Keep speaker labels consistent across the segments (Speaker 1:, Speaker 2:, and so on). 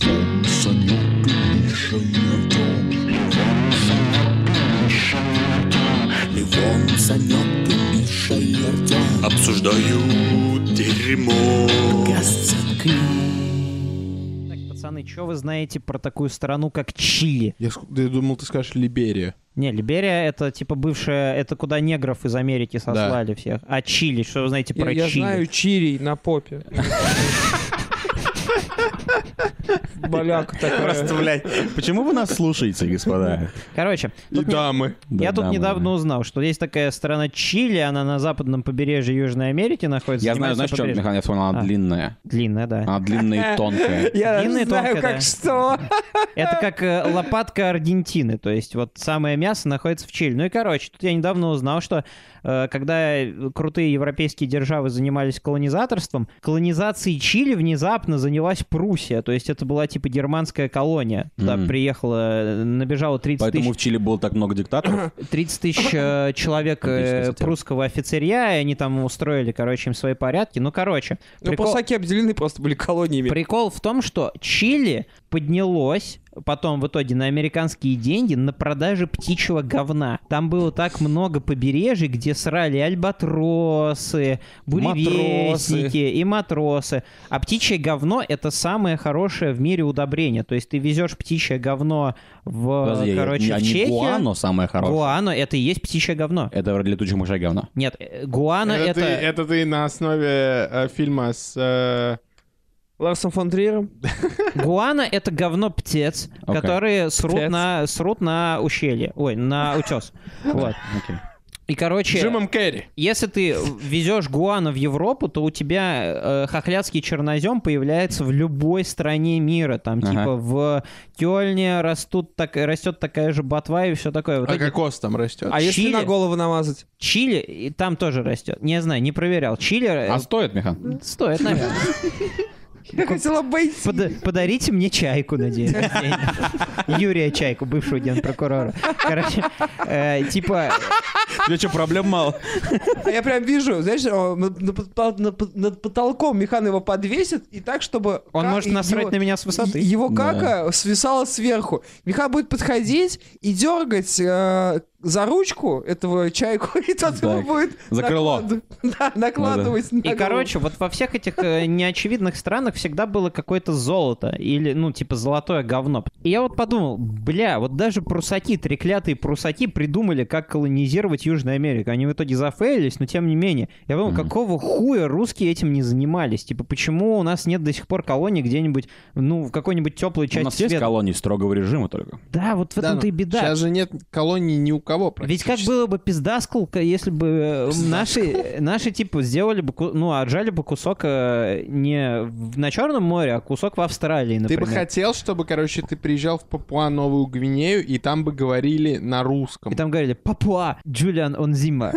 Speaker 1: Левон, Санек и Миша Антон. Левон, Санек и Миша Антон. Левон, Санек и Миша Антон. Обсуждают дерьмо.
Speaker 2: Так, пацаны, что вы знаете про такую страну, как Чили?
Speaker 3: Я, ск- да я думал, ты скажешь Либерия.
Speaker 2: Не, Либерия это типа бывшая, это куда негров из Америки сослали всех. А Чили, что вы знаете
Speaker 4: Я,
Speaker 2: про
Speaker 4: я
Speaker 2: Чили?
Speaker 4: знаю чирий на попе. Боляк
Speaker 5: Просто,
Speaker 4: такая.
Speaker 5: блядь, почему вы нас слушаете, господа?
Speaker 2: Короче,
Speaker 3: И дамы.
Speaker 5: Да,
Speaker 2: я тут
Speaker 5: дамы.
Speaker 2: недавно узнал, что есть такая страна Чили, она на западном побережье Южной Америки находится.
Speaker 5: Я знаю, знаешь,
Speaker 2: занимается
Speaker 5: что,
Speaker 2: побережьем.
Speaker 5: Михаил, я вспомнил, она
Speaker 2: А.
Speaker 5: длинная.
Speaker 2: Длинная, да.
Speaker 5: Она длинная и тонкая.
Speaker 4: Я
Speaker 2: Длинная и
Speaker 4: знаю,
Speaker 2: тонкая, да.
Speaker 4: как что.
Speaker 2: Это как э, лопатка Аргентины, то есть вот самое мясо находится в Чили. Ну и короче, тут я недавно узнал, что э, когда крутые европейские державы занимались колонизаторством, колонизацией Чили внезапно занялась Пруссия, то есть это была типа германская колония. Туда
Speaker 5: Мгм.
Speaker 2: приехала, э, набежало 30
Speaker 5: Поэтому
Speaker 2: тысяч
Speaker 5: в Чили было так много диктаторов.
Speaker 2: 30 тысяч э, человек э,
Speaker 5: Отличная статья.
Speaker 2: прусского офицерия, и они там устроили, короче, им свои порядки. Ну, короче,
Speaker 4: Ну,
Speaker 2: прикол-
Speaker 4: пасаки обделены просто были колониями.
Speaker 2: Прикол в том, что Чили поднялось потом в итоге на американские деньги на продаже птичьего говна. Там было так много побережий, где срали альбатросы, буревестники и матросы. А птичье говно — это самое хорошее в мире удобрение. То есть ты везешь птичье говно в,
Speaker 5: Подожди, я-
Speaker 2: короче,
Speaker 5: а
Speaker 2: в
Speaker 5: не
Speaker 2: Чехию.
Speaker 5: Гуано самое хорошее.
Speaker 2: Гуано — это и есть птичье говно.
Speaker 5: Это вроде летучих мышей говно.
Speaker 2: Нет, э, гуано — это...
Speaker 3: это, ты, это ты на основе э, фильма с... э,
Speaker 4: Ларсом фон Триером.
Speaker 2: Гуана это говно птиц,
Speaker 5: Окей.
Speaker 2: которые срут
Speaker 4: Птиц.
Speaker 2: на, срут на ущелье. Ой, на утес. Вот.
Speaker 5: Окей.
Speaker 2: И, короче,
Speaker 3: Джимом Керри.
Speaker 2: если ты везешь гуана в Европу, то у тебя э, хохлядский чернозем появляется в любой стране мира. Там,
Speaker 5: Ага.
Speaker 2: типа, в Кёльне растут так, растет такая же ботва и все такое. В
Speaker 3: А
Speaker 2: итоге
Speaker 3: кокос там растет.
Speaker 4: А если
Speaker 2: Чили?
Speaker 4: на голову намазать?
Speaker 2: Чили и там тоже растет. Не знаю, не проверял. Чили э,
Speaker 5: А стоит, Михан?
Speaker 2: стоит, наверное.
Speaker 4: Я хотел обойти.
Speaker 2: Пода- подарите мне чайку на день рождения. Юрия Чайку, бывшего генпрокурора. Короче, э, типа,
Speaker 5: Я что, проблем мало?
Speaker 4: А я прям вижу, знаешь, о, на- на под- на под- над потолком Михан его подвесит, и так, чтобы...
Speaker 2: он
Speaker 4: ка-
Speaker 2: может
Speaker 4: и
Speaker 2: насрать
Speaker 4: его-
Speaker 2: на меня с высоты.
Speaker 4: и- Его
Speaker 5: Да.
Speaker 4: кака свисала сверху. Михан будет подходить и дергать э, за ручку этого чайку, и тот
Speaker 5: Да.
Speaker 4: его будет...
Speaker 5: За крыло. Ну
Speaker 4: наклад- Да, накладывать на
Speaker 2: И,
Speaker 4: голову.
Speaker 2: короче, вот во всех этих э, неочевидных странах всегда было какое-то золото или, ну, типа, золотое говно. И я вот подумал, бля, вот даже прусаки, треклятые прусаки придумали, как колонизировать Южную Америку. Они в итоге зафейлились, но тем не менее. Я думал,
Speaker 5: Мгм.
Speaker 2: какого хуя русские этим не занимались? Типа, почему у нас нет до сих пор колонии где-нибудь, ну, в какой-нибудь теплой
Speaker 5: У
Speaker 2: части
Speaker 5: нас есть
Speaker 2: света?
Speaker 5: колонии строгого режима только. Ну,
Speaker 2: Да, вот в этом-то и беда.
Speaker 3: Сейчас ну, же нет колонии ни у кого
Speaker 2: Ведь
Speaker 3: практически.
Speaker 2: как было бы пиздаскалка, если бы э, наши, наши типа сделали бы, ку- ну, отжали бы кусок э, не в- на Черном море, а кусок в Австралии,
Speaker 3: Ты
Speaker 2: например.
Speaker 3: бы хотел, чтобы, короче, ты приезжал в Папуа-Новую Гвинею, и там бы говорили на русском.
Speaker 2: И там говорили «Папуа, Джулиан Онзима».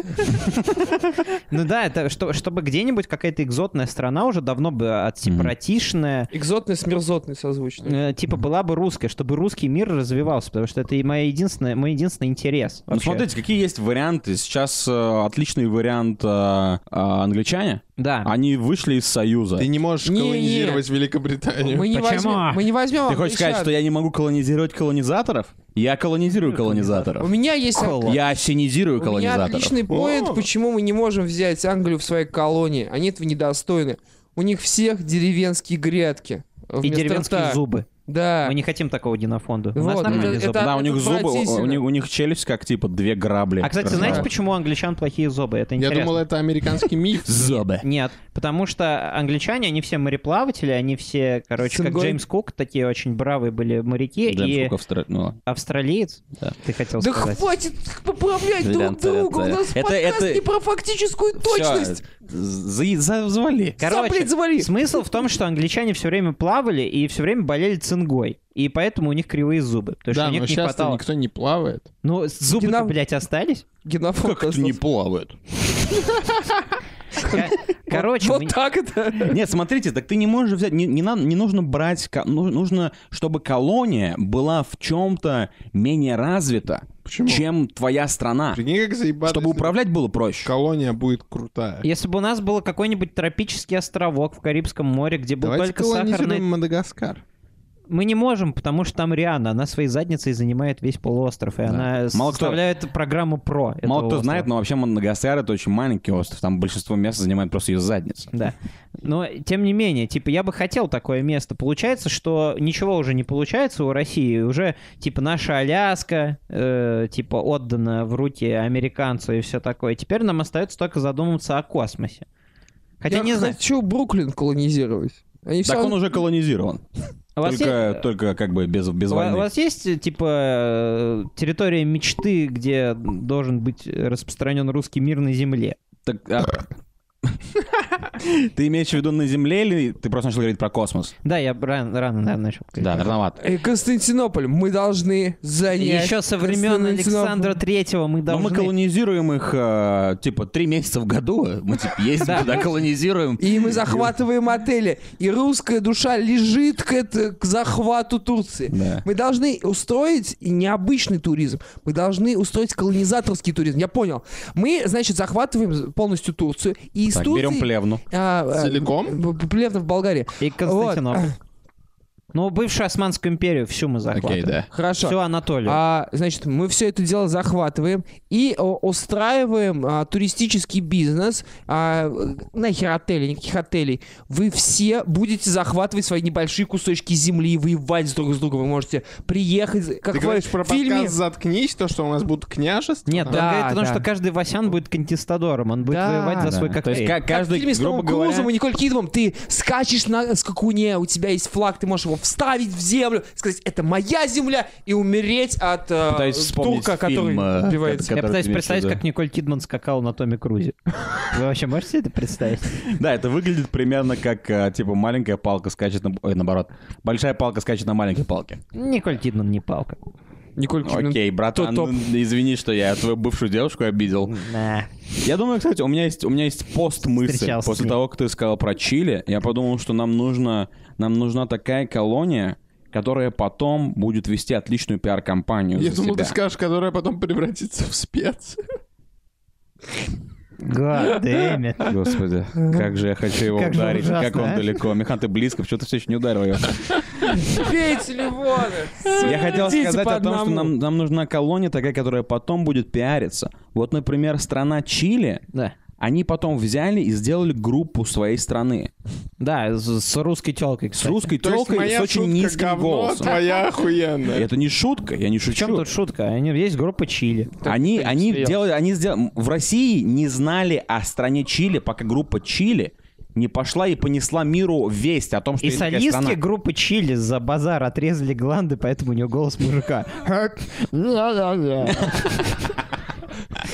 Speaker 2: Ну да, это что- чтобы где-нибудь какая-то экзотная страна уже давно бы а, отсепаратишная,
Speaker 4: Экзотный смерзотный созвучный.
Speaker 2: э, типа была бы русская, чтобы русский мир развивался, потому что это и моя единственная, мой единственный интерес.
Speaker 5: Ну,
Speaker 2: вообще.
Speaker 5: смотрите, какие есть варианты. Сейчас э, отличный вариант э, э, англичане.
Speaker 2: Да.
Speaker 5: Они вышли из Союза.
Speaker 3: Ты
Speaker 5: Ты
Speaker 3: не можешь
Speaker 4: Не-не.
Speaker 3: колонизировать Великобританию.
Speaker 4: Мы не
Speaker 2: Почему?
Speaker 4: возьмем, мы не возьмем
Speaker 5: хочешь сказать,
Speaker 4: англичан.
Speaker 5: что я не могу колонизировать колонизаторов? Я колонизирую
Speaker 4: У
Speaker 5: колонизаторов.
Speaker 4: меня есть...
Speaker 2: Коло.
Speaker 5: Я осенизирую
Speaker 4: У меня
Speaker 5: колонизаторов.
Speaker 4: отличный поинт, почему мы не можем взять Англию в своей колонии. Они этого недостойны. У них всех деревенские грядки.
Speaker 2: И
Speaker 4: вместо
Speaker 2: деревенские
Speaker 4: рта.
Speaker 2: зубы.
Speaker 4: Да.
Speaker 2: Мы не хотим такого динофонда. У нас
Speaker 4: Вот,
Speaker 2: нормальные
Speaker 4: это-
Speaker 2: зубы.
Speaker 5: Да, у
Speaker 4: это
Speaker 5: них зубы, у- у
Speaker 4: отвратительно.
Speaker 5: них, у них челюсть как типа две грабли.
Speaker 2: А, кстати,
Speaker 5: Красава.
Speaker 2: знаете, почему у англичан плохие зубы? Это
Speaker 3: Я
Speaker 2: интересно.
Speaker 3: думал, это американский миф.
Speaker 5: Зубы.
Speaker 2: Нет, потому что англичане, они все мореплаватели, они все, короче, как
Speaker 4: Сынгой.
Speaker 2: Джеймс Кук, такие очень бравые были моряки. и
Speaker 5: Джеймс Кук Австра- ну ладно.
Speaker 2: австралиец,
Speaker 5: Да.
Speaker 2: ты хотел
Speaker 4: Да
Speaker 2: сказать.
Speaker 4: хватит поправлять
Speaker 5: Сорян,
Speaker 4: друг
Speaker 5: сорян,
Speaker 4: друга. У
Speaker 5: сорян.
Speaker 4: нас
Speaker 5: Это-
Speaker 4: подкаст
Speaker 5: это-
Speaker 4: не про фактическую точность.
Speaker 5: Всё, за- за- завали.
Speaker 2: Короче,
Speaker 4: Сам, блядь, завали.
Speaker 2: Смысл в том, что англичане все время плавали и все время болели цингой. И поэтому у них кривые зубы. Потому что
Speaker 3: Да,
Speaker 2: у них
Speaker 3: но
Speaker 2: не
Speaker 3: сейчас
Speaker 2: хватало.
Speaker 3: никто не плавает.
Speaker 2: Ну, зубы,
Speaker 4: Динам-
Speaker 2: блядь, остались.
Speaker 4: Генофонд
Speaker 5: Как это не
Speaker 4: остался.
Speaker 5: плавают?
Speaker 2: Ко- Короче,
Speaker 4: Вот
Speaker 2: мы-
Speaker 4: так это.
Speaker 5: Нет, смотрите, так ты не можешь взять, не, не на- не нужно брать, ко- ну, нужно, чтобы колония была в чем-то менее развита,
Speaker 3: Почему?
Speaker 5: чем твоя страна,
Speaker 3: Прикинь, как заебаться.
Speaker 5: чтобы
Speaker 3: если
Speaker 5: управлять было проще.
Speaker 3: Колония будет крутая.
Speaker 2: если бы у нас был какой-нибудь тропический островок в Карибском море, где был
Speaker 3: Давайте
Speaker 2: только
Speaker 3: колонизируем
Speaker 2: сахарный
Speaker 3: Мадагаскар.
Speaker 2: Мы не можем, потому что там Риана, она своей задницей занимает весь полуостров, и она
Speaker 5: Мало кто-
Speaker 2: составляет программу про. этого
Speaker 5: Мало кто
Speaker 2: острова.
Speaker 5: знает, но вообще Мадагаскар — это очень маленький остров. Там большинство места занимает просто ее задница.
Speaker 2: Да. Но, тем не менее, типа, я бы хотел такое место. Получается, что ничего уже не получается у России. Уже, типа, наша Аляска, э, типа, отдана в руки американцу и все такое. Теперь нам остается только задуматься о космосе. Хотя
Speaker 4: Я
Speaker 2: не знаю.
Speaker 4: хочу Бруклин колонизировать. Они
Speaker 5: Так
Speaker 4: всё
Speaker 5: он уже колонизирован. А
Speaker 2: у вас
Speaker 5: только,
Speaker 2: е-
Speaker 5: только как бы без, без
Speaker 2: у ва-
Speaker 5: войны.
Speaker 2: у вас есть, э, типа, э, территория мечты, где должен быть распространен русский мир на Земле?
Speaker 5: Так, а- Ты имеешь в виду на Земле или ты просто начал говорить про космос?
Speaker 2: Да, я рано, рано наверное, начал.
Speaker 5: Да, рановато.
Speaker 4: Э, Константинополь, мы должны занять.
Speaker 2: Еще со времен
Speaker 4: Константинополь.
Speaker 2: Александра Третьего мы
Speaker 5: Но
Speaker 2: должны...
Speaker 5: Ну, мы колонизируем их, э, типа, три месяца в году. Мы, типа, ездим
Speaker 2: Да.
Speaker 5: туда, колонизируем.
Speaker 4: И мы захватываем отели. И русская душа лежит к, это- к захвату Турции.
Speaker 5: Да.
Speaker 4: Мы должны устроить и необычный туризм. Мы должны устроить колонизаторский туризм. Я понял. Мы, значит, захватываем полностью Турцию. И из
Speaker 5: Так,
Speaker 4: Турции...
Speaker 5: берем плевну.
Speaker 4: а, а,
Speaker 3: Целиком?
Speaker 4: б- б- Плевна в Болгарии.
Speaker 2: И Константинополь. Ну, бывшую Османскую империю всю мы захватываем.
Speaker 5: Окей, да.
Speaker 4: Хорошо.
Speaker 2: Всю Анатолию.
Speaker 4: А, значит, мы все это дело захватываем и о, устраиваем а, туристический бизнес. а, нахер отели, никаких отелей. Вы все будете захватывать свои небольшие кусочки земли и воевать с друг с другом. Вы можете приехать, как
Speaker 3: Ты
Speaker 4: в
Speaker 3: говоришь про
Speaker 4: фильме.
Speaker 3: подкаст «Заткнись», то, что у нас будут княжества?
Speaker 2: Нет,
Speaker 3: там?
Speaker 2: он
Speaker 4: Да,
Speaker 2: говорит о том,
Speaker 4: да.
Speaker 2: что каждый Васян будет контестадором, он будет
Speaker 4: Да,
Speaker 2: воевать за
Speaker 5: Да.
Speaker 2: свой
Speaker 5: То есть
Speaker 2: коктейль.
Speaker 5: ка-
Speaker 4: Как в
Speaker 5: каждый,
Speaker 4: фильме с
Speaker 5: грубо
Speaker 4: Томом Крузом и
Speaker 5: говоря...
Speaker 4: Николь Кидман, ты скачешь на скакуне, у тебя есть флаг, ты можешь его вставить в землю, сказать, это моя земля, и умереть от э,
Speaker 5: Пытаюсь вспомнить
Speaker 4: турка, который
Speaker 5: фильм, э,
Speaker 4: убивает
Speaker 2: Я
Speaker 5: который ты
Speaker 2: пытаюсь
Speaker 5: имеешь в
Speaker 2: представить,
Speaker 5: виду.
Speaker 2: как Николь Кидман скакал на Томе Крузе. Вы вообще можете это представить?
Speaker 5: Да, это выглядит примерно как, э, типа, маленькая палка скачет на... Ой, наоборот. Большая палка скачет на маленькой палке.
Speaker 2: Николь Кидман не палка.
Speaker 4: Николь Кидман.
Speaker 5: Окей, братан,
Speaker 4: топ.
Speaker 5: извини, что я твою бывшую девушку обидел.
Speaker 2: Да.
Speaker 5: Я думаю, кстати, у меня есть, у меня есть пост-мысль.
Speaker 2: Встречался с
Speaker 5: После
Speaker 2: ней.
Speaker 5: того, как ты сказал про Чили, я подумал, что нам, нужно, нам нужна такая колония, которая потом будет вести отличную пиар-компанию
Speaker 3: Я
Speaker 5: за
Speaker 3: думал,
Speaker 5: себя.
Speaker 3: ты скажешь, которая потом превратится в спец.
Speaker 2: God damn it.
Speaker 5: Господи, как же я хочу его
Speaker 2: Как же
Speaker 5: ударить,
Speaker 2: ужасно,
Speaker 5: как он
Speaker 2: а?
Speaker 5: далеко. Михан, ты близко, почему ты все еще не ударил его?
Speaker 4: Бей телефоны!
Speaker 5: Я хотел
Speaker 4: Идите
Speaker 5: сказать
Speaker 4: по
Speaker 5: о том, что
Speaker 4: одному.
Speaker 5: нам, нам нужна колония такая, которая потом будет пиариться. Вот, например, страна Чили,
Speaker 2: Да.
Speaker 5: они потом взяли и сделали группу своей страны.
Speaker 2: Да, с, с русской телкой,
Speaker 5: С русской
Speaker 3: То есть
Speaker 5: телкой и с
Speaker 3: моя
Speaker 5: очень
Speaker 3: шутка
Speaker 5: низким
Speaker 3: говно,
Speaker 5: голосом.
Speaker 3: твоя охуенная.
Speaker 5: Это не шутка, я не
Speaker 2: В чем
Speaker 5: шучу.
Speaker 2: тут шутка? Они, есть группа Чили.
Speaker 5: Они,
Speaker 3: кто-нибудь
Speaker 5: они
Speaker 3: смеялся?
Speaker 5: делали, они сделали. В России не знали о стране Чили, пока группа Чили не пошла и понесла миру весть о том, что
Speaker 2: И
Speaker 5: есть такая
Speaker 2: солистки
Speaker 5: страна.
Speaker 2: группы Чили за базар отрезали гланды, поэтому у нее голос мужика.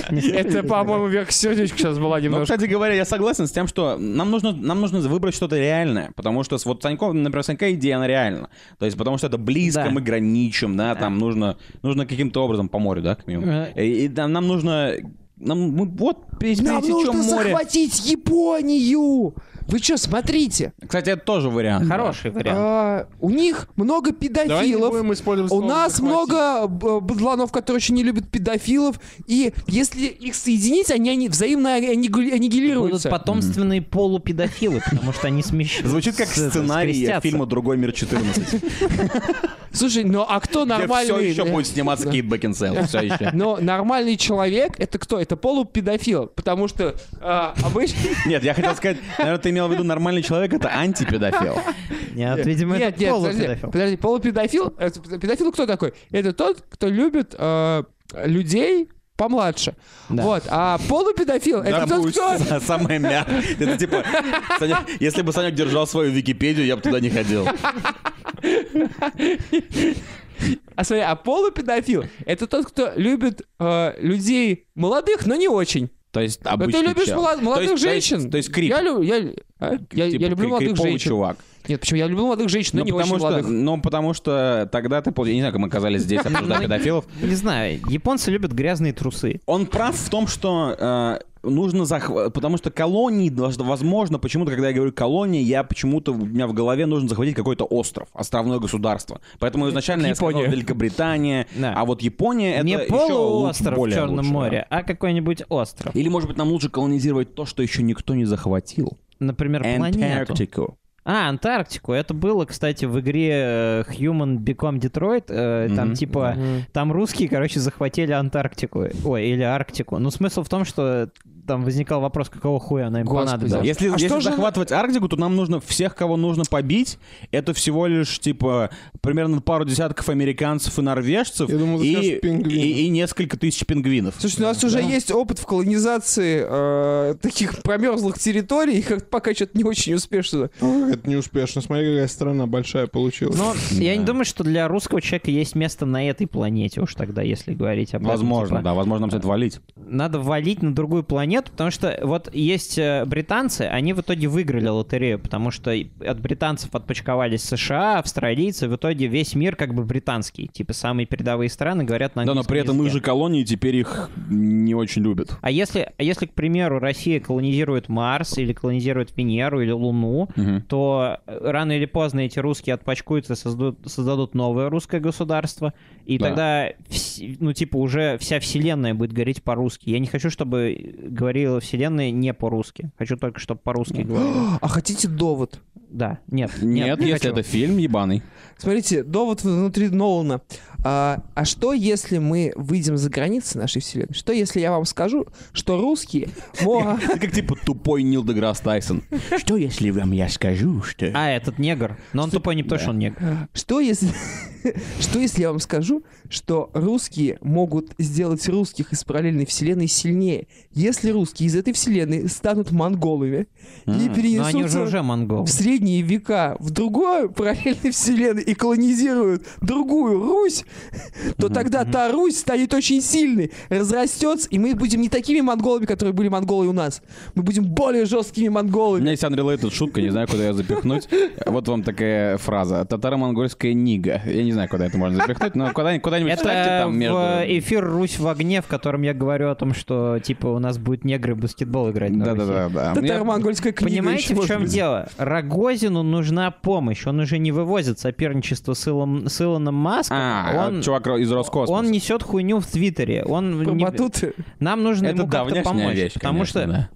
Speaker 2: Не слышали
Speaker 6: Это,
Speaker 2: такого?
Speaker 6: по-моему, верх сердечка сейчас была
Speaker 5: Ну,
Speaker 6: немножко.
Speaker 5: кстати говоря, я согласен с тем, что нам нужно, нам нужно выбрать что-то реальное, потому что с- вот Саньков, например, Санька идея, она реальна. То есть, потому что это близко,
Speaker 2: Да.
Speaker 5: мы граничим, да, там нужно, нужно каким-то образом по морю, да, как минимум.
Speaker 2: Э.
Speaker 5: И, и нам, нам нужно, нам, мы вот пересечем
Speaker 4: Нам нужно
Speaker 5: море.
Speaker 4: захватить Японию! Вы что, смотрите,
Speaker 5: Кстати, это тоже вариант.
Speaker 2: Хороший вариант.
Speaker 4: а, у них много
Speaker 3: Давай не
Speaker 4: педофилов,
Speaker 3: будем использовать
Speaker 4: у
Speaker 3: слово
Speaker 4: нас
Speaker 3: «захватить».
Speaker 4: много б- быдланов, которые очень не любят педофилов, и если их соединить, они, они взаимно аннигу-
Speaker 2: Будут
Speaker 4: аннигилируются.
Speaker 2: потомственные полупедофилы, потому что они смещаются.
Speaker 5: Звучит как сценарий фильма «Другой мир 14»,
Speaker 4: Слушай, ну а кто
Speaker 5: где все
Speaker 4: нормальный...
Speaker 5: еще
Speaker 4: э,
Speaker 5: будет сниматься Кейт Бекинсейл, все еще.
Speaker 4: Но нормальный человек это кто? Это полупедофил, потому что а, обычно...
Speaker 5: Нет, я хотел сказать, наверное, ты имел в виду нормальный человек, это антипедофил.
Speaker 2: Нет, видимо, это
Speaker 4: Нет, нет, подожди,
Speaker 2: полупедофил.
Speaker 4: подожди, полупедофил, э, педофил кто такой? Это тот, кто любит э, людей помладше.
Speaker 2: Да.
Speaker 4: Вот, а полупедофил это тот, кто...
Speaker 5: Самое мягкое. Это типа, Саня- если бы Санек держал свою Википедию, я бы туда не ходил.
Speaker 4: А смотри, а полупедофил это тот, кто любит э, людей молодых, но не очень.
Speaker 5: То есть
Speaker 4: Но ты
Speaker 5: обычный
Speaker 4: любишь
Speaker 5: чел.
Speaker 4: млад- молодых
Speaker 5: То есть- то есть-
Speaker 4: женщин.
Speaker 5: То есть крип.
Speaker 4: Я, лю- я, лю- а? я, я
Speaker 5: Типа
Speaker 4: люблю
Speaker 5: кри-
Speaker 4: молодых
Speaker 5: криповый
Speaker 4: женщин.
Speaker 5: чувак.
Speaker 4: Нет, почему? Я люблю молодых женщин, но
Speaker 5: Ну,
Speaker 4: не очень
Speaker 5: потому что,
Speaker 4: молодых.
Speaker 5: ну, потому что тогда ты... пол- Я не знаю, как мы оказались здесь,
Speaker 4: Ну,
Speaker 5: обсуждая педофилов.
Speaker 2: Не знаю, японцы любят грязные трусы.
Speaker 5: Он прав в том, что э, нужно захватить, потому что колонии, должно- возможно, почему-то, когда я говорю колония, я почему-то, у меня в голове нужно захватить какой-то остров, островное государство. Поэтому изначально я сказал
Speaker 4: Япония.
Speaker 5: Великобритания,
Speaker 2: Да.
Speaker 5: а вот Япония это
Speaker 2: Не
Speaker 5: еще
Speaker 2: полуостров в
Speaker 5: более
Speaker 2: Черном
Speaker 5: лучше, да.
Speaker 2: море, а какой-нибудь остров.
Speaker 5: Или, может быть, нам лучше колонизировать то, что еще никто не захватил.
Speaker 2: Например, планету.
Speaker 5: Антарктику.
Speaker 2: А, Антарктику. Это было, кстати, в игре э, Human Become Detroit. э, Там
Speaker 5: Мгм.
Speaker 2: типа... Там русские, короче, захватили Антарктику. Ой, или Арктику. Ну, смысл в том, что там возникал вопрос, какого хуя она им
Speaker 4: Господи.
Speaker 2: понадобилась.
Speaker 5: Если,
Speaker 4: А
Speaker 5: если
Speaker 4: что же-
Speaker 5: захватывать Арктику, то нам нужно всех, кого нужно побить. Это всего лишь, типа, примерно пару десятков американцев и норвежцев.
Speaker 3: Я думал, ты
Speaker 5: и,
Speaker 3: скажешь, пингвинов.
Speaker 5: и- и несколько тысяч пингвинов.
Speaker 4: Слушайте, у нас ну, уже есть опыт в колонизации э, таких промерзлых территорий, и как пока что-то не очень успешно.
Speaker 3: Ой, Это неуспешно. Смотри, какая страна большая получилась.
Speaker 2: Но я не думаю, что для русского человека есть место на этой планете уж тогда, если говорить об этом.
Speaker 5: Возможно,
Speaker 2: Типа,
Speaker 5: да, возможно, нам стоит валить.
Speaker 2: Надо валить на другую планету, потому что вот есть э, британцы, они в итоге выиграли лотерею, потому что и от британцев отпочковались США, австралийцы, в итоге весь мир как бы британский. Типа самые передовые страны говорят на
Speaker 5: Да, но
Speaker 2: английском
Speaker 5: при этом их
Speaker 2: языке.
Speaker 5: же колонии теперь их не очень любят.
Speaker 2: А если, а если, к примеру, Россия колонизирует Марс или колонизирует Венеру или Луну,
Speaker 5: Мгм.
Speaker 2: то э, рано или поздно эти русские отпачкуются, создадут, создадут новое русское государство, и
Speaker 5: Да.
Speaker 2: тогда, вс- ну, типа, уже вся вселенная будет говорить по-русски. Я не хочу, чтобы э, говорила вселенная не по-русски. Хочу только, чтобы по-русски говорила.
Speaker 4: А хотите довод?
Speaker 2: Да, нет,
Speaker 5: Ну. Нет,
Speaker 2: нет, не
Speaker 5: если
Speaker 2: хочу.
Speaker 5: это фильм ебаный.
Speaker 4: Смотрите, довод внутри Нолана. А, а что, если мы выйдем за границы нашей вселенной? Что, если я вам скажу, что русские... мо-
Speaker 5: Ты как типа тупой Нил Деграсс Тайсон. Что если вам я скажу, что...
Speaker 2: А, этот негр. Но он тупой не потому, что он негр.
Speaker 4: Что, если... Что, если я вам скажу, что русские могут сделать русских из параллельной вселенной сильнее? Если русские из этой вселенной станут монголами и
Speaker 5: М,
Speaker 2: Но они
Speaker 4: перенесутся
Speaker 2: уже уже монголы.
Speaker 4: в средние века в другую параллельную вселенную и колонизируют другую Русь, то тогда та Русь станет очень сильной, разрастется, и мы будем не такими монголами, которые были монголы у нас. Мы будем более жесткими
Speaker 5: У меня
Speaker 4: монголами.
Speaker 5: есть unrelated шутка, не знаю, куда ее запихнуть. Вот вам такая фраза. Татаро-монгольская нига. Я не знаю, куда это можно запихнуть, но куда- куда-нибудь вставьте
Speaker 2: Это
Speaker 5: там между...
Speaker 2: в э, эфир «Русь в огне», в котором я говорю о том, что, типа, у нас будут негры в баскетбол играть на Руси.
Speaker 5: Да-да-да. да. Ну, Мне-
Speaker 4: Татаро-монгольская книга
Speaker 2: Понимаете,
Speaker 4: еще
Speaker 2: в
Speaker 4: может
Speaker 2: чем
Speaker 4: быть.
Speaker 2: дело? Рогозину нужна помощь. Он уже не вывозит соперничество с, Илом, с Илоном Маском.
Speaker 5: А,
Speaker 2: он,
Speaker 5: чувак из Роскосмоса.
Speaker 2: он несет хуйню в Твиттере. Он
Speaker 5: ну,
Speaker 4: Про
Speaker 2: не-
Speaker 4: батуты.
Speaker 2: Нам нужно
Speaker 5: Это
Speaker 2: ему как-то
Speaker 5: давняшняя
Speaker 2: помочь.
Speaker 5: вещь,
Speaker 2: потому
Speaker 5: конечно,
Speaker 2: что
Speaker 5: да.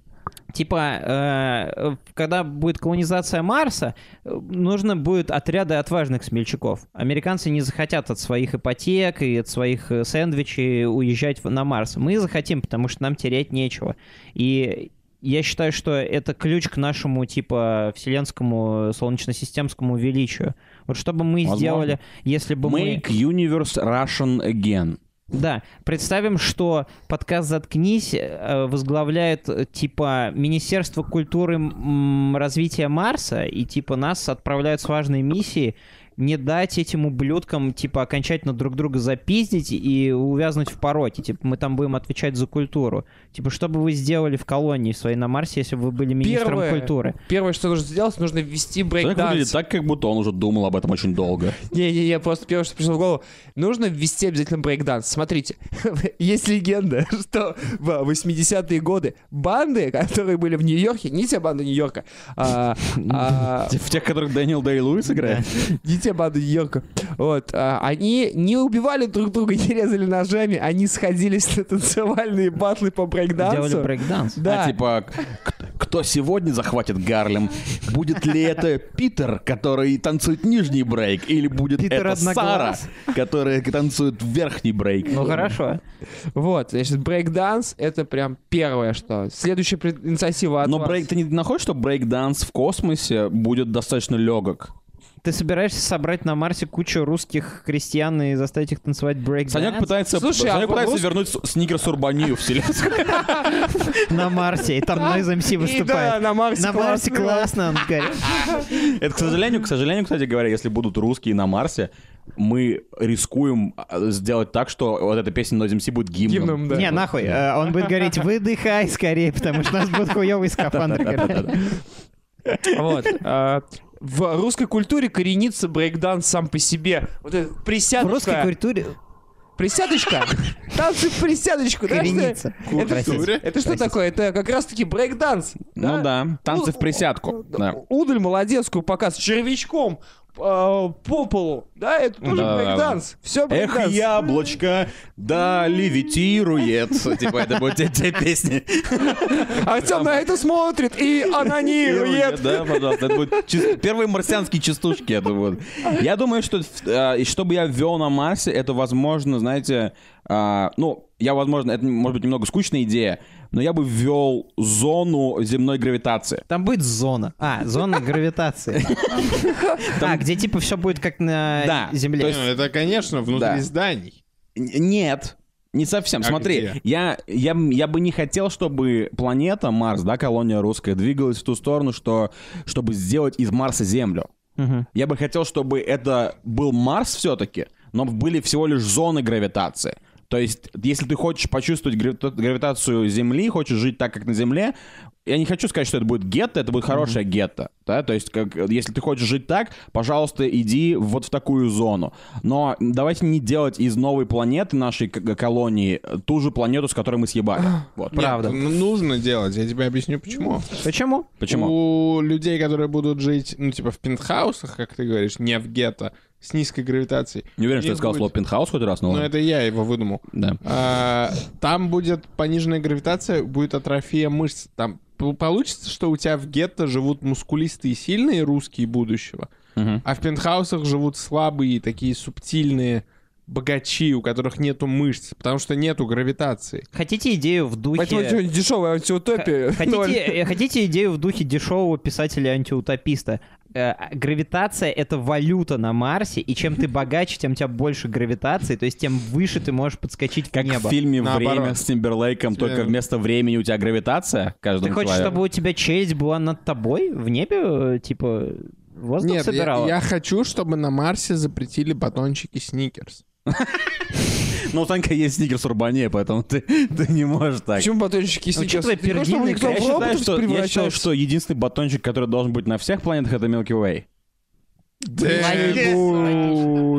Speaker 2: Типа, э, э, когда будет колонизация Марса, э, нужно будет отряды отважных смельчаков. Американцы не захотят от своих ипотек и от своих э, сэндвичей уезжать в- на Марс. Мы захотим, потому что нам терять нечего. И я считаю, что это ключ к нашему, типа, вселенскому солнечно-системскому величию. Вот что бы мы
Speaker 5: Возможно.
Speaker 2: сделали, если бы мы...
Speaker 5: Make universe Russian again.
Speaker 2: Да, представим, что подкаст «Заткнись» э, возглавляет э, типа Министерство культуры м, развития Марса, и типа нас отправляют с важной миссией не дать этим ублюдкам типа окончательно друг друга запиздить и увязнуть в пороке. Типа мы там будем отвечать за культуру. Типа что бы вы сделали в колонии своей на Марсе, если бы вы были министром
Speaker 4: Первое.
Speaker 2: культуры?
Speaker 4: Первое, что нужно сделать, нужно ввести
Speaker 5: Человек выглядит
Speaker 4: брейкданс.
Speaker 5: так, как будто он уже думал об этом очень долго.
Speaker 4: Не-не-не, просто первое, что пришло в голову. Нужно ввести обязательно брейкданс. Смотрите, есть легенда, что в 80-е годы банды, которые были в Нью-Йорке, не те банды Нью-Йорка, а, а,
Speaker 5: В тех, которых Дэниел Дэй Луис играет?
Speaker 4: не те банды Нью-Йорка, вот, а, они не убивали друг друга, не резали ножами, они сходились на танцевальные батлы по
Speaker 2: Делали
Speaker 4: брейкдансу.
Speaker 2: брейкданс.
Speaker 4: Да,
Speaker 5: А, типа, к- кто сегодня захватит Гарлем? Будет ли это Питер, который танцует нижний брейк? Или будет
Speaker 2: Питер
Speaker 5: это Сара,
Speaker 2: Одноглаз?
Speaker 5: которая танцует верхний брейк?
Speaker 2: Ну хорошо.
Speaker 4: вот, значит, брейкданс — это прям первое, что. Следующая пред- инициатива от
Speaker 5: Но
Speaker 4: вас.
Speaker 5: брейк, ты не находишь, что брейк-данс в космосе будет достаточно легок?
Speaker 2: Ты собираешься собрать на Марсе кучу русских крестьян и заставить их танцевать брейк
Speaker 5: Санек пытается,
Speaker 4: Слушай, а
Speaker 5: Санек
Speaker 4: в-
Speaker 5: пытается
Speaker 4: рус-
Speaker 5: вернуть с- сникерс-урбанию в вселенскую.
Speaker 2: на Марсе, и там Нойз МС
Speaker 4: И да,
Speaker 2: выступает.
Speaker 4: на Марсе
Speaker 2: На Марсе
Speaker 4: классно.
Speaker 2: классно, он говорит.
Speaker 5: Это, к сожалению, к сожалению, кстати говоря, если будут русские на Марсе, мы рискуем а, сделать так, что вот эта песня Noise MC будет гимном.
Speaker 4: Гимном, да.
Speaker 2: Не, нахуй. э, Он будет говорить, выдыхай скорее, потому что у нас будет хуёвый скафандр. говорит.
Speaker 4: Вот. а, В русской культуре коренится брейкданс сам по себе. Вот эта
Speaker 2: В
Speaker 4: присядочка.
Speaker 2: русской культуре
Speaker 4: Присядочка? Там же присядочку, да?
Speaker 2: коренится.
Speaker 4: что- Это,
Speaker 2: Простите.
Speaker 4: это что такое? Это как раз-таки брейкданс.
Speaker 5: Ну да, танцы
Speaker 4: Ну,
Speaker 5: в присядку. Да.
Speaker 4: Удаль молодецкую показ с червячком а, по полу. Да, это тоже
Speaker 5: Да.
Speaker 4: брейкданс. Все
Speaker 5: Эх,
Speaker 4: брейкданс.
Speaker 5: яблочко, да, левитирует. Типа, это будет те- те песни.
Speaker 4: Артем на это смотрит и анонирует.
Speaker 5: Да, пожалуйста. Это будут чис- первые марсианские частушки, я думаю. Я думаю, что э, и что бы я ввел на Марсе, это, возможно, знаете, а, ну, я, возможно, это, может быть, немного скучная идея, но я бы ввел зону земной гравитации.
Speaker 2: Там будет зона. А, зона гравитации. А, где типа все будет как
Speaker 5: Да,
Speaker 2: на
Speaker 5: то
Speaker 2: Земле.
Speaker 5: есть-
Speaker 3: Ну, Это, конечно, внутри
Speaker 5: Да.
Speaker 3: зданий.
Speaker 5: Н- Нет. Не совсем.
Speaker 3: А
Speaker 5: Смотри,
Speaker 3: где?
Speaker 5: я, я, м- я бы не хотел, чтобы планета Марс, да, колония русская, двигалась в ту сторону, что, чтобы сделать из Марса Землю.
Speaker 2: Мгм.
Speaker 5: Я бы хотел, чтобы это был Марс все-таки, но были всего лишь зоны гравитации. То есть, если ты хочешь почувствовать грави- гравитацию Земли, хочешь жить так, как на Земле, я не хочу сказать, что это будет гетто, это будет хорошая гетто, да, то есть, как, э, если ты хочешь жить так, пожалуйста, иди вот в такую зону. Но давайте не делать из новой планеты нашей к- колонии э, ту же планету, с которой мы съебали. Вот.
Speaker 2: Правда.
Speaker 3: Нет, н- нужно делать, я тебе объясню почему.
Speaker 2: Почему?
Speaker 5: Почему?
Speaker 3: У людей, которые будут жить, ну, типа, в пентхаусах, как ты говоришь, не в гетто, с низкой гравитацией.
Speaker 5: Не уверен,
Speaker 3: у
Speaker 5: что я
Speaker 3: них
Speaker 5: сказал
Speaker 3: будет-
Speaker 5: слово пентхаус хоть раз, но...
Speaker 3: Ну, это я его выдумал.
Speaker 5: Да.
Speaker 3: А, Там будет пониженная гравитация, будет атрофия мышц. Там п- получится, что у тебя в гетто живут мускулистые и сильные русские будущего,
Speaker 5: Мгм.
Speaker 3: а в пентхаусах живут слабые, такие субтильные богачи, у которых нету мышц, потому что нету гравитации.
Speaker 2: Хотите идею в
Speaker 4: Поэтому
Speaker 2: духе...
Speaker 4: сегодня дешевая антиутопия.
Speaker 2: Хотите,
Speaker 4: Ноль.
Speaker 2: э, хотите идею в духе дешевого писателя-антиутописта? Э, а, Гравитация — это валюта на Марсе, и чем ты богаче, тем у тебя больше гравитации, то есть тем выше ты можешь подскочить к
Speaker 5: Как
Speaker 2: небу.
Speaker 5: в фильме
Speaker 3: Наоборот.
Speaker 5: «Время» с Тимберлейком, только
Speaker 3: Тебе-
Speaker 5: вместо времени у тебя гравитация каждому
Speaker 2: Ты хочешь,
Speaker 5: человеку.
Speaker 2: чтобы у тебя челюсть была над тобой в небе, э, типа воздух
Speaker 3: Нет, я,
Speaker 2: собирала?
Speaker 3: я хочу, чтобы на Марсе запретили батончики сникерс.
Speaker 5: Но Ну, у Санька есть сникерс урбанее, поэтому ты, ты не можешь так.
Speaker 4: Почему батончики
Speaker 2: Ну,
Speaker 4: сейчас?
Speaker 2: чё твои
Speaker 4: Ты хочешь, чтобы
Speaker 2: пердины,
Speaker 4: никто
Speaker 5: Я
Speaker 4: в
Speaker 2: конечно,
Speaker 4: роботов
Speaker 5: считаю, что, я считаю,
Speaker 4: превращался?
Speaker 5: что единственный батончик, который должен быть на всех планетах, это Milky Way.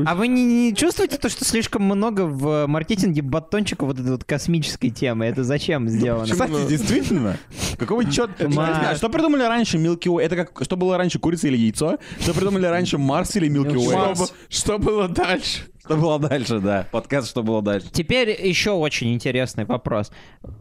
Speaker 2: А вы не, не чувствуете то, что слишком много в э, маркетинге батончиков вот этой вот космической темы? Это зачем сделано?
Speaker 5: Кстати, действительно? Какого черта?
Speaker 2: Марс.
Speaker 5: Что придумали раньше Milky Way? Это как, что было раньше, курица или яйцо? Что придумали раньше, Марс или Milky
Speaker 2: Milky
Speaker 5: Way?
Speaker 2: Way.
Speaker 5: Что, было дальше? Что было дальше, да. Подкаст «Что было дальше?»
Speaker 2: Теперь еще очень интересный вопрос.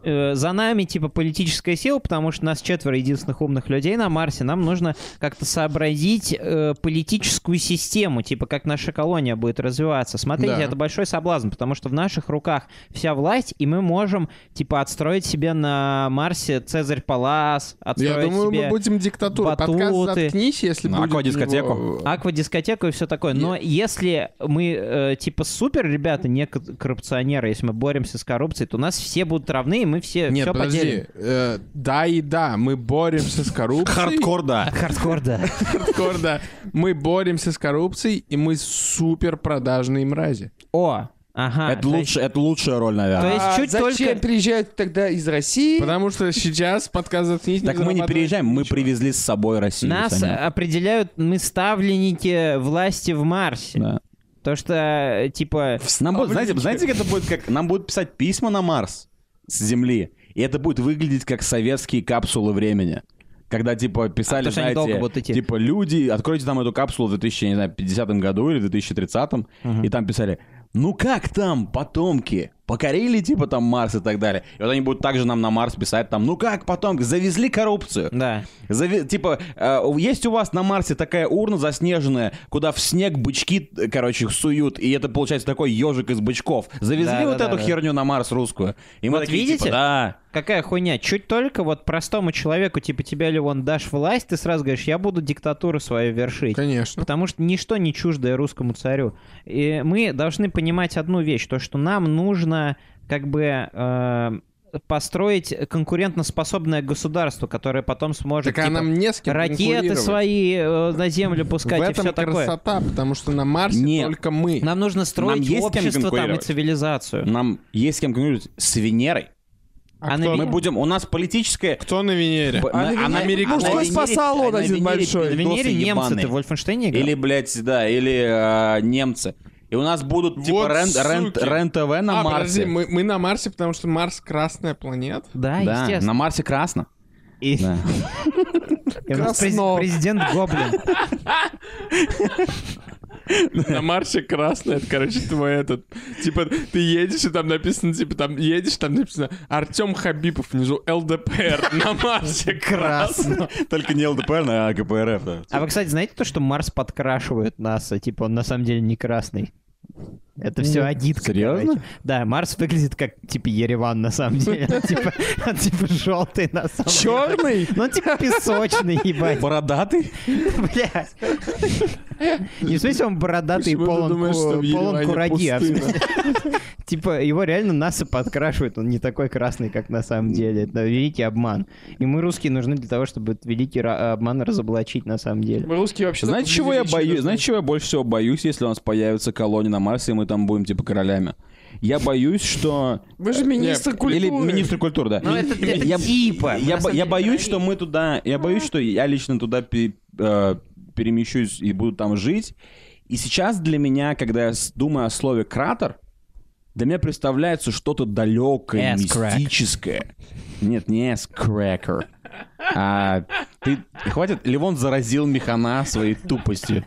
Speaker 2: Э, За нами, типа, политическая сила, потому что нас четверо единственных умных людей на Марсе. Нам нужно как-то сообразить э, политическую систему, типа, как наша колония будет развиваться. Смотрите,
Speaker 3: Да.
Speaker 2: это большой соблазн, потому что в наших руках вся власть, и мы можем, типа, отстроить себе на Марсе Цезарь Палас, отстроить
Speaker 3: Я думаю,
Speaker 2: себе...
Speaker 3: мы будем диктатурой. Подкаст
Speaker 2: батуты.
Speaker 3: «Заткнись», если
Speaker 5: Ну,
Speaker 3: будет...
Speaker 5: аквадискотеку.
Speaker 3: у него-
Speaker 2: аквадискотеку и все такое. Но если мы, э, типа, супер ребята, не кор- коррупционеры, если мы боремся с коррупцией, то у нас все будут равны, и мы все,
Speaker 3: Нет,
Speaker 2: все
Speaker 3: подожди.
Speaker 2: поделим.
Speaker 3: Э, да и да, мы боремся с коррупцией.
Speaker 5: Хардкор, да.
Speaker 2: Хардкор, да.
Speaker 3: Хардкор, да. Мы боремся с коррупцией, и мы супер продажные мрази.
Speaker 2: О, ага.
Speaker 5: это,
Speaker 2: то есть-
Speaker 5: лучше, это лучшая роль, наверное.
Speaker 2: То есть
Speaker 4: А
Speaker 2: чуть
Speaker 4: зачем
Speaker 2: только-
Speaker 4: приезжают тогда из России?
Speaker 3: Потому что сейчас подкаст «Заткнись»
Speaker 5: Так мы не
Speaker 3: зарабатывает
Speaker 5: переезжаем, мы
Speaker 3: ничего.
Speaker 5: привезли с собой Россию.
Speaker 2: Нас э,
Speaker 5: Саня.
Speaker 2: определяют мы ставленники власти в Марсе.
Speaker 5: Да.
Speaker 2: То что, э, типа,
Speaker 5: Нам будет, знаете, знаете, как это будет как? Нам будут писать письма на Марс с Земли, и это будет выглядеть как советские капсулы времени. Когда, типа, писали,
Speaker 2: потому что А они
Speaker 5: знаете,
Speaker 2: долго будут идти.
Speaker 5: типа, люди, откройте там эту капсулу в 2050 году или 2030, и там писали, ну как там, потомки, покорили, типа, там Марс и так далее. И вот они будут также нам на Марс писать, там, ну как, потомки, завезли коррупцию.
Speaker 2: да.
Speaker 5: Заве- Типа, э, у- есть у вас на Марсе такая урна заснеженная, куда в снег бычки, э, короче, их суют, и это получается такой ежик из бычков. Завезли
Speaker 2: Да, да,
Speaker 5: вот
Speaker 2: да,
Speaker 5: эту
Speaker 2: да.
Speaker 5: херню на Марс русскую. И мы
Speaker 2: Вот
Speaker 5: такие,
Speaker 2: видите?
Speaker 5: типа, да.
Speaker 2: Какая хуйня? Чуть только вот простому человеку, типа, тебя ли он дашь власть, ты сразу говоришь, я буду диктатуру свою вершить.
Speaker 3: Конечно.
Speaker 2: Потому что ничто не чуждое русскому царю. И мы должны понимать одну вещь, то что нам нужно как бы э, построить конкурентоспособное государство, которое потом сможет
Speaker 3: Так а
Speaker 2: типа,
Speaker 3: нам не с кем
Speaker 2: ракеты
Speaker 3: конкурировать.
Speaker 2: свои э, на землю
Speaker 3: В
Speaker 2: пускать и
Speaker 3: этом
Speaker 2: все такое.
Speaker 3: красота, потому что на Марсе
Speaker 5: Нет.
Speaker 3: только мы.
Speaker 2: Нам нужно строить
Speaker 5: есть с кем
Speaker 2: общество там и
Speaker 5: конкурировать. Ну,
Speaker 2: цивилизацию.
Speaker 5: Нам есть с кем конкурировать с Венерой.
Speaker 3: А
Speaker 2: а на
Speaker 3: кто,
Speaker 5: Мы
Speaker 2: Венере?
Speaker 5: будем, у нас политическое...
Speaker 3: кто на Венере?
Speaker 5: Б- на- а на Америке-
Speaker 4: Мужской
Speaker 5: а на Венере-
Speaker 4: спа-салон
Speaker 5: а на
Speaker 4: один
Speaker 5: Венере
Speaker 4: большой.
Speaker 2: На
Speaker 5: пидосы
Speaker 2: Венере
Speaker 5: ебаные.
Speaker 2: немцы-то в Wolfenstein играют.
Speaker 5: Или, блядь, да, или э, немцы. И у нас будут, типа,
Speaker 3: Вот
Speaker 5: Рен- Рен-
Speaker 3: суки.
Speaker 5: Рен-ТВ на
Speaker 3: а,
Speaker 5: Марсе.
Speaker 3: подожди, мы, мы на Марсе, потому что Марс красная планета.
Speaker 2: Да,
Speaker 5: Да,
Speaker 2: А, естественно.
Speaker 5: на Марсе красно.
Speaker 2: И
Speaker 5: Да.
Speaker 2: и у нас
Speaker 4: Краснов.
Speaker 2: през- президент Гоблин.
Speaker 6: На марше красный, это, короче, твой этот. Типа, ты едешь, и там написано, типа, там едешь, там написано Артем Хабипов внизу ЛДПР на марше красный.
Speaker 5: Только не ЛДПР, а КПРФ, да.
Speaker 2: А вы, кстати, знаете то, что Марс подкрашивает НАСА? Типа он на самом деле не красный. Это все агитка.
Speaker 5: серьезно?
Speaker 2: короче. Да, Марс выглядит как, типа, Ереван на самом деле. Он типа, он, типа желтый на самом деле.
Speaker 5: Черный?
Speaker 2: Ну, он, типа, песочный, ебать,
Speaker 5: Бородатый?
Speaker 2: блядь. Не в смысле он бородатый и
Speaker 3: Почему ты
Speaker 2: полон,
Speaker 3: думаешь,
Speaker 2: ку-
Speaker 3: что в
Speaker 2: полон
Speaker 3: Ереване
Speaker 2: кураги, а в
Speaker 3: пустыня?
Speaker 2: смысле- Типа, его реально НАСА подкрашивает, он не такой красный, как на самом деле. Это великий обман. И мы, русские, нужны для того, чтобы этот великий ра- обман разоблачить на самом деле.
Speaker 6: Мы русские вообще...
Speaker 5: Знаете, чего я боюсь? Знаете, чего я больше всего боюсь, если у нас появится колония на Марсе, и мы там будем, типа, королями? Я боюсь, что...
Speaker 6: Вы же министр культуры.
Speaker 5: Или министр культуры, да.
Speaker 2: Ну, это- это
Speaker 5: я,
Speaker 2: типа. На
Speaker 5: Я, бо-
Speaker 2: самом
Speaker 5: я
Speaker 2: деле,
Speaker 5: боюсь, что мы туда... Я боюсь, что я лично туда пе- э, перемещусь и буду там жить. И сейчас для меня, когда я с- думаю о слове «кратер», для меня представляется что-то далекое,
Speaker 2: Ass-crack.
Speaker 5: мистическое. Нет, не «эс-крекер». А, ты... Хватит, Левон заразил механа своей тупостью.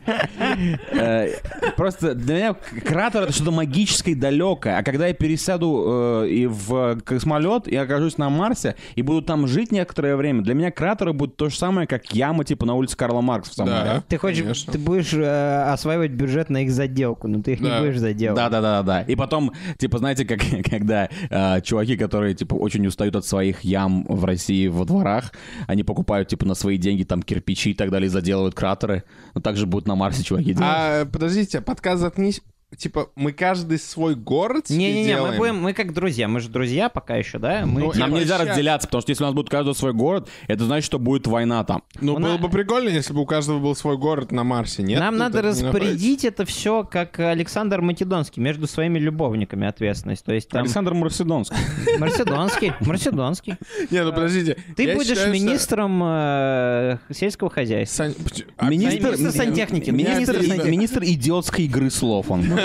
Speaker 5: Э, Просто для меня кратер это что-то магическое и далекое. А когда я пересяду э, и в космолет, и окажусь на Марсе, и буду там жить некоторое время, для меня кратеры будут то же самое, как яма, типа на улице Карла Маркса в Самаре.
Speaker 3: Да.
Speaker 2: Ты хочешь,
Speaker 3: конечно.
Speaker 2: ты будешь э, осваивать бюджет на их заделку, но ты их
Speaker 3: Да.
Speaker 2: не будешь заделывать.
Speaker 5: Да, да, да, да. И потом, типа, знаете, как когда э, чуваки, которые типа очень устают от своих ям в России во дворах, они покупают типа на свои деньги там кирпичи и так далее, и заделывают кратеры. Но также будут на Марсе чуваки делать.
Speaker 3: А, подождите, подкаст заткнись. Типа, мы каждый свой город себе
Speaker 2: Не-не-не, мы
Speaker 3: делаем?
Speaker 2: будем, мы как друзья, мы же друзья пока еще, да? Мы
Speaker 3: Ну,
Speaker 2: типа-
Speaker 5: Нам нельзя
Speaker 3: Вообще-
Speaker 5: разделяться, потому что если у нас будет каждый свой город, это значит, что будет война там.
Speaker 3: Ну,
Speaker 2: У
Speaker 3: было
Speaker 2: на-
Speaker 3: бы прикольно, если бы у каждого был свой город на Марсе, нет?
Speaker 2: Нам
Speaker 3: Ты
Speaker 2: надо
Speaker 3: так не находишь?
Speaker 2: распорядить это все, как Александр Македонский, между своими любовниками ответственность. То есть там
Speaker 5: Александр Марседонск.
Speaker 2: Марседонский, Марседонский.
Speaker 3: Не, ну подождите.
Speaker 2: Ты
Speaker 3: я
Speaker 2: будешь
Speaker 3: считаю, что-
Speaker 2: министром э, сельского хозяйства.
Speaker 3: Сань, поч- а,
Speaker 2: Министр- Министр сантехники.
Speaker 5: Министр,
Speaker 2: Министр
Speaker 3: сантехники.
Speaker 5: министр идиотской игры слов он.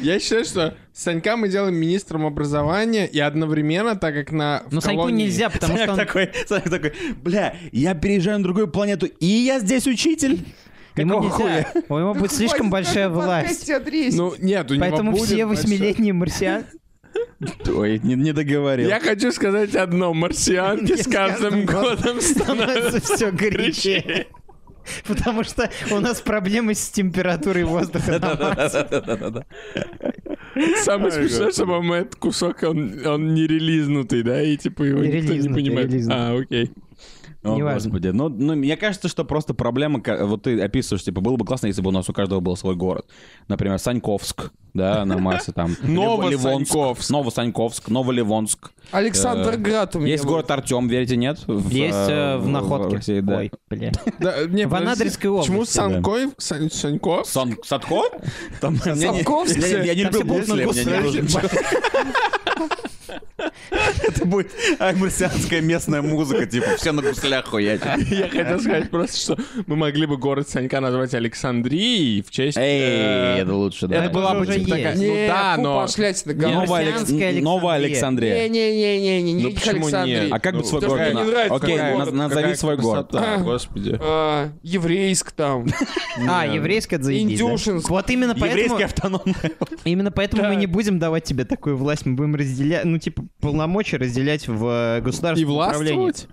Speaker 3: Я считаю, что Санька мы делаем министром образования и одновременно, так как на... в
Speaker 2: Но Ну, Саньку
Speaker 3: колонии-
Speaker 2: нельзя, потому что
Speaker 5: Санек
Speaker 2: он...
Speaker 5: такой, Санек такой, бля, я переезжаю на другую планету, и я здесь учитель.
Speaker 2: Ему
Speaker 5: Какого
Speaker 2: нельзя.
Speaker 5: хуя?
Speaker 2: У него будет слишком большая власть.
Speaker 3: Ну, нет, у него
Speaker 2: Поэтому
Speaker 3: будет
Speaker 2: все
Speaker 3: большой-
Speaker 2: восьмилетние марсиан...
Speaker 5: Ой, не, не договорил.
Speaker 6: Я хочу сказать одно. Марсианки с каждым годом
Speaker 2: становится все горячее. Потому что у нас проблемы с температурой воздуха. на Марсе.
Speaker 6: Самое смешное, что, по-моему, этот кусок, он, он не релизнутый, да, и типа его никто не
Speaker 2: Релизнутый,
Speaker 6: понимает.
Speaker 2: релизнутый.
Speaker 6: А, окей.
Speaker 5: О,
Speaker 2: Неважно.
Speaker 5: господи. Ну, ну, мне кажется, что просто проблема, ка- вот ты описываешь, типа, было бы классно, если бы у нас у каждого был свой город. Например, Саньковск, да, на Марсе там.
Speaker 3: Новосаньковск.
Speaker 5: Новосаньковск, Новоливонск.
Speaker 4: Александрград у меня.
Speaker 5: Э, Есть
Speaker 4: был.
Speaker 5: город Артем, верите, нет? В,
Speaker 2: Есть
Speaker 5: э,
Speaker 2: э, в находке.
Speaker 5: России, да.
Speaker 2: Ой, бля.
Speaker 3: Да, не,
Speaker 2: В
Speaker 3: подожди,
Speaker 2: Анадырской
Speaker 3: Почему
Speaker 2: области.
Speaker 3: Саньков? Сан- Саньков?
Speaker 5: Сан Садко? Там я не-
Speaker 4: Садковск?
Speaker 5: я не- Я не
Speaker 2: Там
Speaker 5: люблю
Speaker 2: все будут на
Speaker 5: гусли, мне не нужен
Speaker 2: гусях.
Speaker 5: Это будет марсианская местная музыка, типа, все на гуслях хуячат.
Speaker 6: Я хотел сказать просто, что мы могли бы город Санька назвать Александрией в честь...
Speaker 5: Эй,
Speaker 6: э,
Speaker 5: это лучше, да.
Speaker 2: Это
Speaker 6: Это была бы
Speaker 2: уже
Speaker 6: типа такая...
Speaker 2: есть.
Speaker 6: Ну
Speaker 4: Не,
Speaker 6: да,
Speaker 4: фу,
Speaker 6: но...
Speaker 4: пошлятина, говно.
Speaker 5: Новая
Speaker 2: Марсианская
Speaker 5: Алекс- Новая Александрия.
Speaker 4: Не-не-не-не,
Speaker 3: Ну,
Speaker 4: не
Speaker 3: почему нет?
Speaker 4: Александрия.
Speaker 5: А как бы
Speaker 3: Ну,
Speaker 5: свой
Speaker 4: то, что
Speaker 5: город?
Speaker 4: мне не
Speaker 5: на-
Speaker 4: нравится,
Speaker 5: Окей,
Speaker 4: какой
Speaker 5: наз-
Speaker 4: город,
Speaker 5: назови
Speaker 3: Какая
Speaker 5: свой город.
Speaker 3: красота,
Speaker 4: А.
Speaker 3: Господи.
Speaker 4: А, Еврейск там.
Speaker 2: А, еврейская это заебись, да?
Speaker 4: Индюшинск.
Speaker 2: Вот именно поэтому,
Speaker 5: Еврейский автономный.
Speaker 2: именно поэтому мы не будем давать тебе такую власть, мы будем разделять, ну типа полномочия разделять в э,
Speaker 3: И
Speaker 2: государственном управлении.
Speaker 3: властвовать?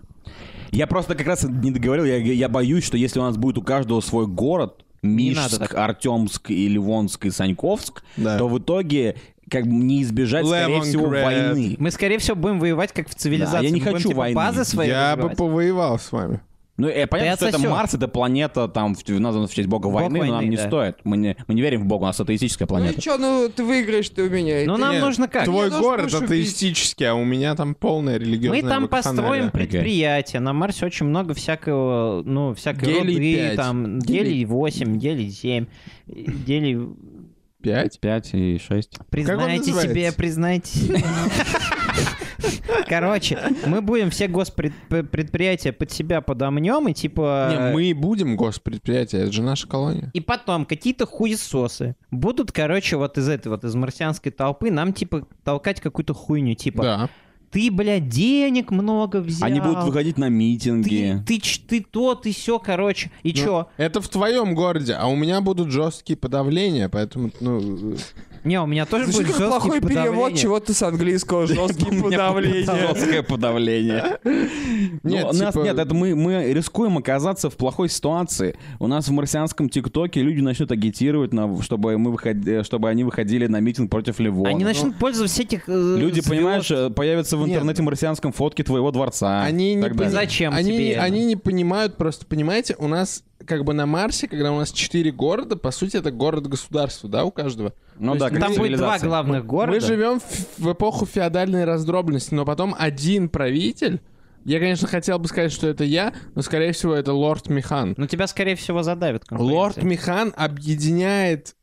Speaker 5: Я просто как раз не договорил, я, я боюсь, что если у нас будет у каждого свой город,
Speaker 2: Не надо
Speaker 5: Мишск,
Speaker 2: так.
Speaker 5: Артемск и Ливонск и Саньковск,
Speaker 3: Да.
Speaker 5: то в итоге как бы не избежать, скорее всего,
Speaker 3: Lemongrass.
Speaker 5: войны.
Speaker 2: Мы, скорее всего, будем воевать как в цивилизации.
Speaker 5: Да, я
Speaker 2: Мы
Speaker 5: не
Speaker 2: будем,
Speaker 5: хочу
Speaker 2: типа,
Speaker 5: войны.
Speaker 2: базы свои
Speaker 3: Я бы
Speaker 2: развивать.
Speaker 3: повоевал с вами.
Speaker 5: Ну, э, понятно,
Speaker 2: Ты
Speaker 5: что это
Speaker 2: отсосёшь.
Speaker 5: Марс, это планета, там, в- названа в честь бога
Speaker 2: Бог
Speaker 5: войны, но нам
Speaker 2: войны,
Speaker 5: не
Speaker 2: да.
Speaker 5: стоит. Мы не, мы не верим в бога, у нас атеистическая
Speaker 4: Ну
Speaker 5: планета.
Speaker 4: и чё, ну ты выиграешь ты у меня. и
Speaker 2: Ну
Speaker 4: ты-
Speaker 2: нам
Speaker 3: Нет,
Speaker 2: нужно как?
Speaker 3: Твой
Speaker 4: Мне
Speaker 3: город
Speaker 4: нужно
Speaker 3: атеистический, а у меня там полная религиозная
Speaker 2: Мы там построим
Speaker 3: вакханалия.
Speaker 2: предприятие. На Марсе очень много всякого, ну, всякой
Speaker 3: Гелий
Speaker 2: руды,
Speaker 3: пять.
Speaker 2: там, гелий 8, гелий 7, гелий...
Speaker 3: Пять?
Speaker 5: 5 и 6.
Speaker 2: Признайте
Speaker 3: называется?
Speaker 2: себе, признайте. Короче, мы будем все госпредприятия под себя подомнем и типа...
Speaker 5: А,
Speaker 3: Не, мы и будем госпредприятие, это же наша колония.
Speaker 2: И потом какие-то хуесосы будут, короче, вот из этой вот, из марсианской толпы нам, типа, толкать какую-то хуйню, типа,
Speaker 3: Да.
Speaker 2: Ты, блядь, денег много взял.
Speaker 5: Они будут выходить на
Speaker 2: ты,
Speaker 5: митинги.
Speaker 2: ты, ч- ты то, ты все, короче. И
Speaker 3: Ну,
Speaker 2: чё?
Speaker 3: Это в твоем городе, а у меня будут жесткие подавления, поэтому, ну... э,
Speaker 2: Не, у меня тоже
Speaker 4: Звучит
Speaker 2: будет
Speaker 4: как
Speaker 2: жёсткие
Speaker 4: плохой перевод
Speaker 2: подавления.
Speaker 4: чего-то с английского. Жесткие подавления.
Speaker 5: Жесткое подавление.
Speaker 3: Нет,
Speaker 5: Ну, у нас
Speaker 3: типа-
Speaker 5: нет, это мы, мы рискуем оказаться в плохой ситуации. У нас в марсианском ТикТоке люди начнут агитировать, на, чтобы, мы выход- э, чтобы они выходили на митинг против Ливона.
Speaker 2: Они начнут пользоваться этих... э,
Speaker 5: ну. Люди,
Speaker 2: звёзд.
Speaker 5: понимаешь, э, появятся в
Speaker 3: Нет.
Speaker 5: интернете марсианском фотки твоего дворца.
Speaker 3: Они не
Speaker 5: так
Speaker 3: пони-
Speaker 5: далее.
Speaker 2: Зачем
Speaker 3: они,
Speaker 2: тебе это?
Speaker 3: они не понимают, просто понимаете, у нас как бы на Марсе, когда у нас четыре города, по сути, это город-государство, да, у каждого.
Speaker 5: Ну
Speaker 3: То
Speaker 5: да,
Speaker 3: есть
Speaker 5: как
Speaker 2: Там будет два
Speaker 5: цивилизация.
Speaker 2: главных города.
Speaker 3: Мы живем в, в эпоху феодальной раздробленности, но потом один правитель. Я, конечно, хотел бы сказать, что это я, но, скорее всего, это лорд Михан.
Speaker 2: Но Ну, тебя, скорее всего, задавят. конкуренция.
Speaker 3: Лорд Михан объединяет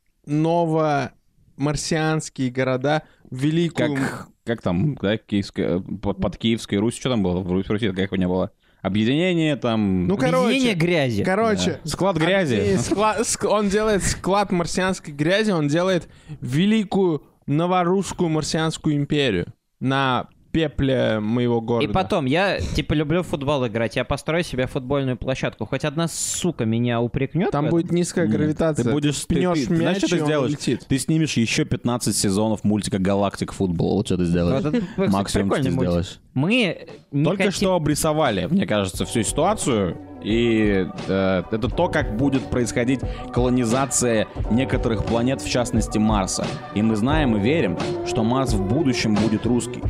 Speaker 3: новомарсианские города в великую...
Speaker 5: Как, как там, да, Киевская, э, под, под Киевской Русь, что там было? В Русь, в Руси как его не было? Объединение там...
Speaker 3: Ну,
Speaker 2: Объединение
Speaker 3: короче,
Speaker 2: грязи.
Speaker 3: короче,
Speaker 5: Склад
Speaker 3: И
Speaker 5: грязи.
Speaker 3: скла- ск- он делает склад марсианской грязи, он делает великую новорусскую марсианскую империю на пепле моего
Speaker 2: И
Speaker 3: города.
Speaker 2: потом, я, типа, люблю в футбол играть. Я построю себе футбольную площадку. Хоть одна сука меня упрекнет.
Speaker 3: Там будет низкая гравитация.
Speaker 5: Ты будешь... ты-
Speaker 3: пнешь
Speaker 5: ты- ты
Speaker 3: мяч,
Speaker 5: знаешь, что
Speaker 3: и
Speaker 5: ты
Speaker 3: он
Speaker 5: сделаешь?
Speaker 3: летит.
Speaker 5: Ты снимешь еще 15 сезонов мультика «Галактик футбол». Вот что ты сделаешь.
Speaker 2: Вот это, кстати,
Speaker 5: Максимум, что ты
Speaker 2: прикольный мультик.
Speaker 5: сделаешь.
Speaker 2: Мы не
Speaker 5: Только
Speaker 2: хотим-
Speaker 5: что обрисовали, мне кажется, всю ситуацию. И э, это то, как будет происходить колонизация некоторых планет, в частности Марса. И мы знаем и верим, что Марс в будущем будет русский.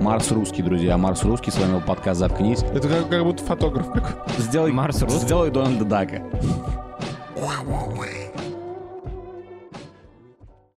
Speaker 5: Марс русский, друзья. Марс русский. С вами был подкаст «Заткнись».
Speaker 3: Это как, как будто фотограф какой-то.
Speaker 5: Сделай,
Speaker 2: Марс русский?
Speaker 5: Сделай Дональда Дака.
Speaker 1: Уау-уау-уэй.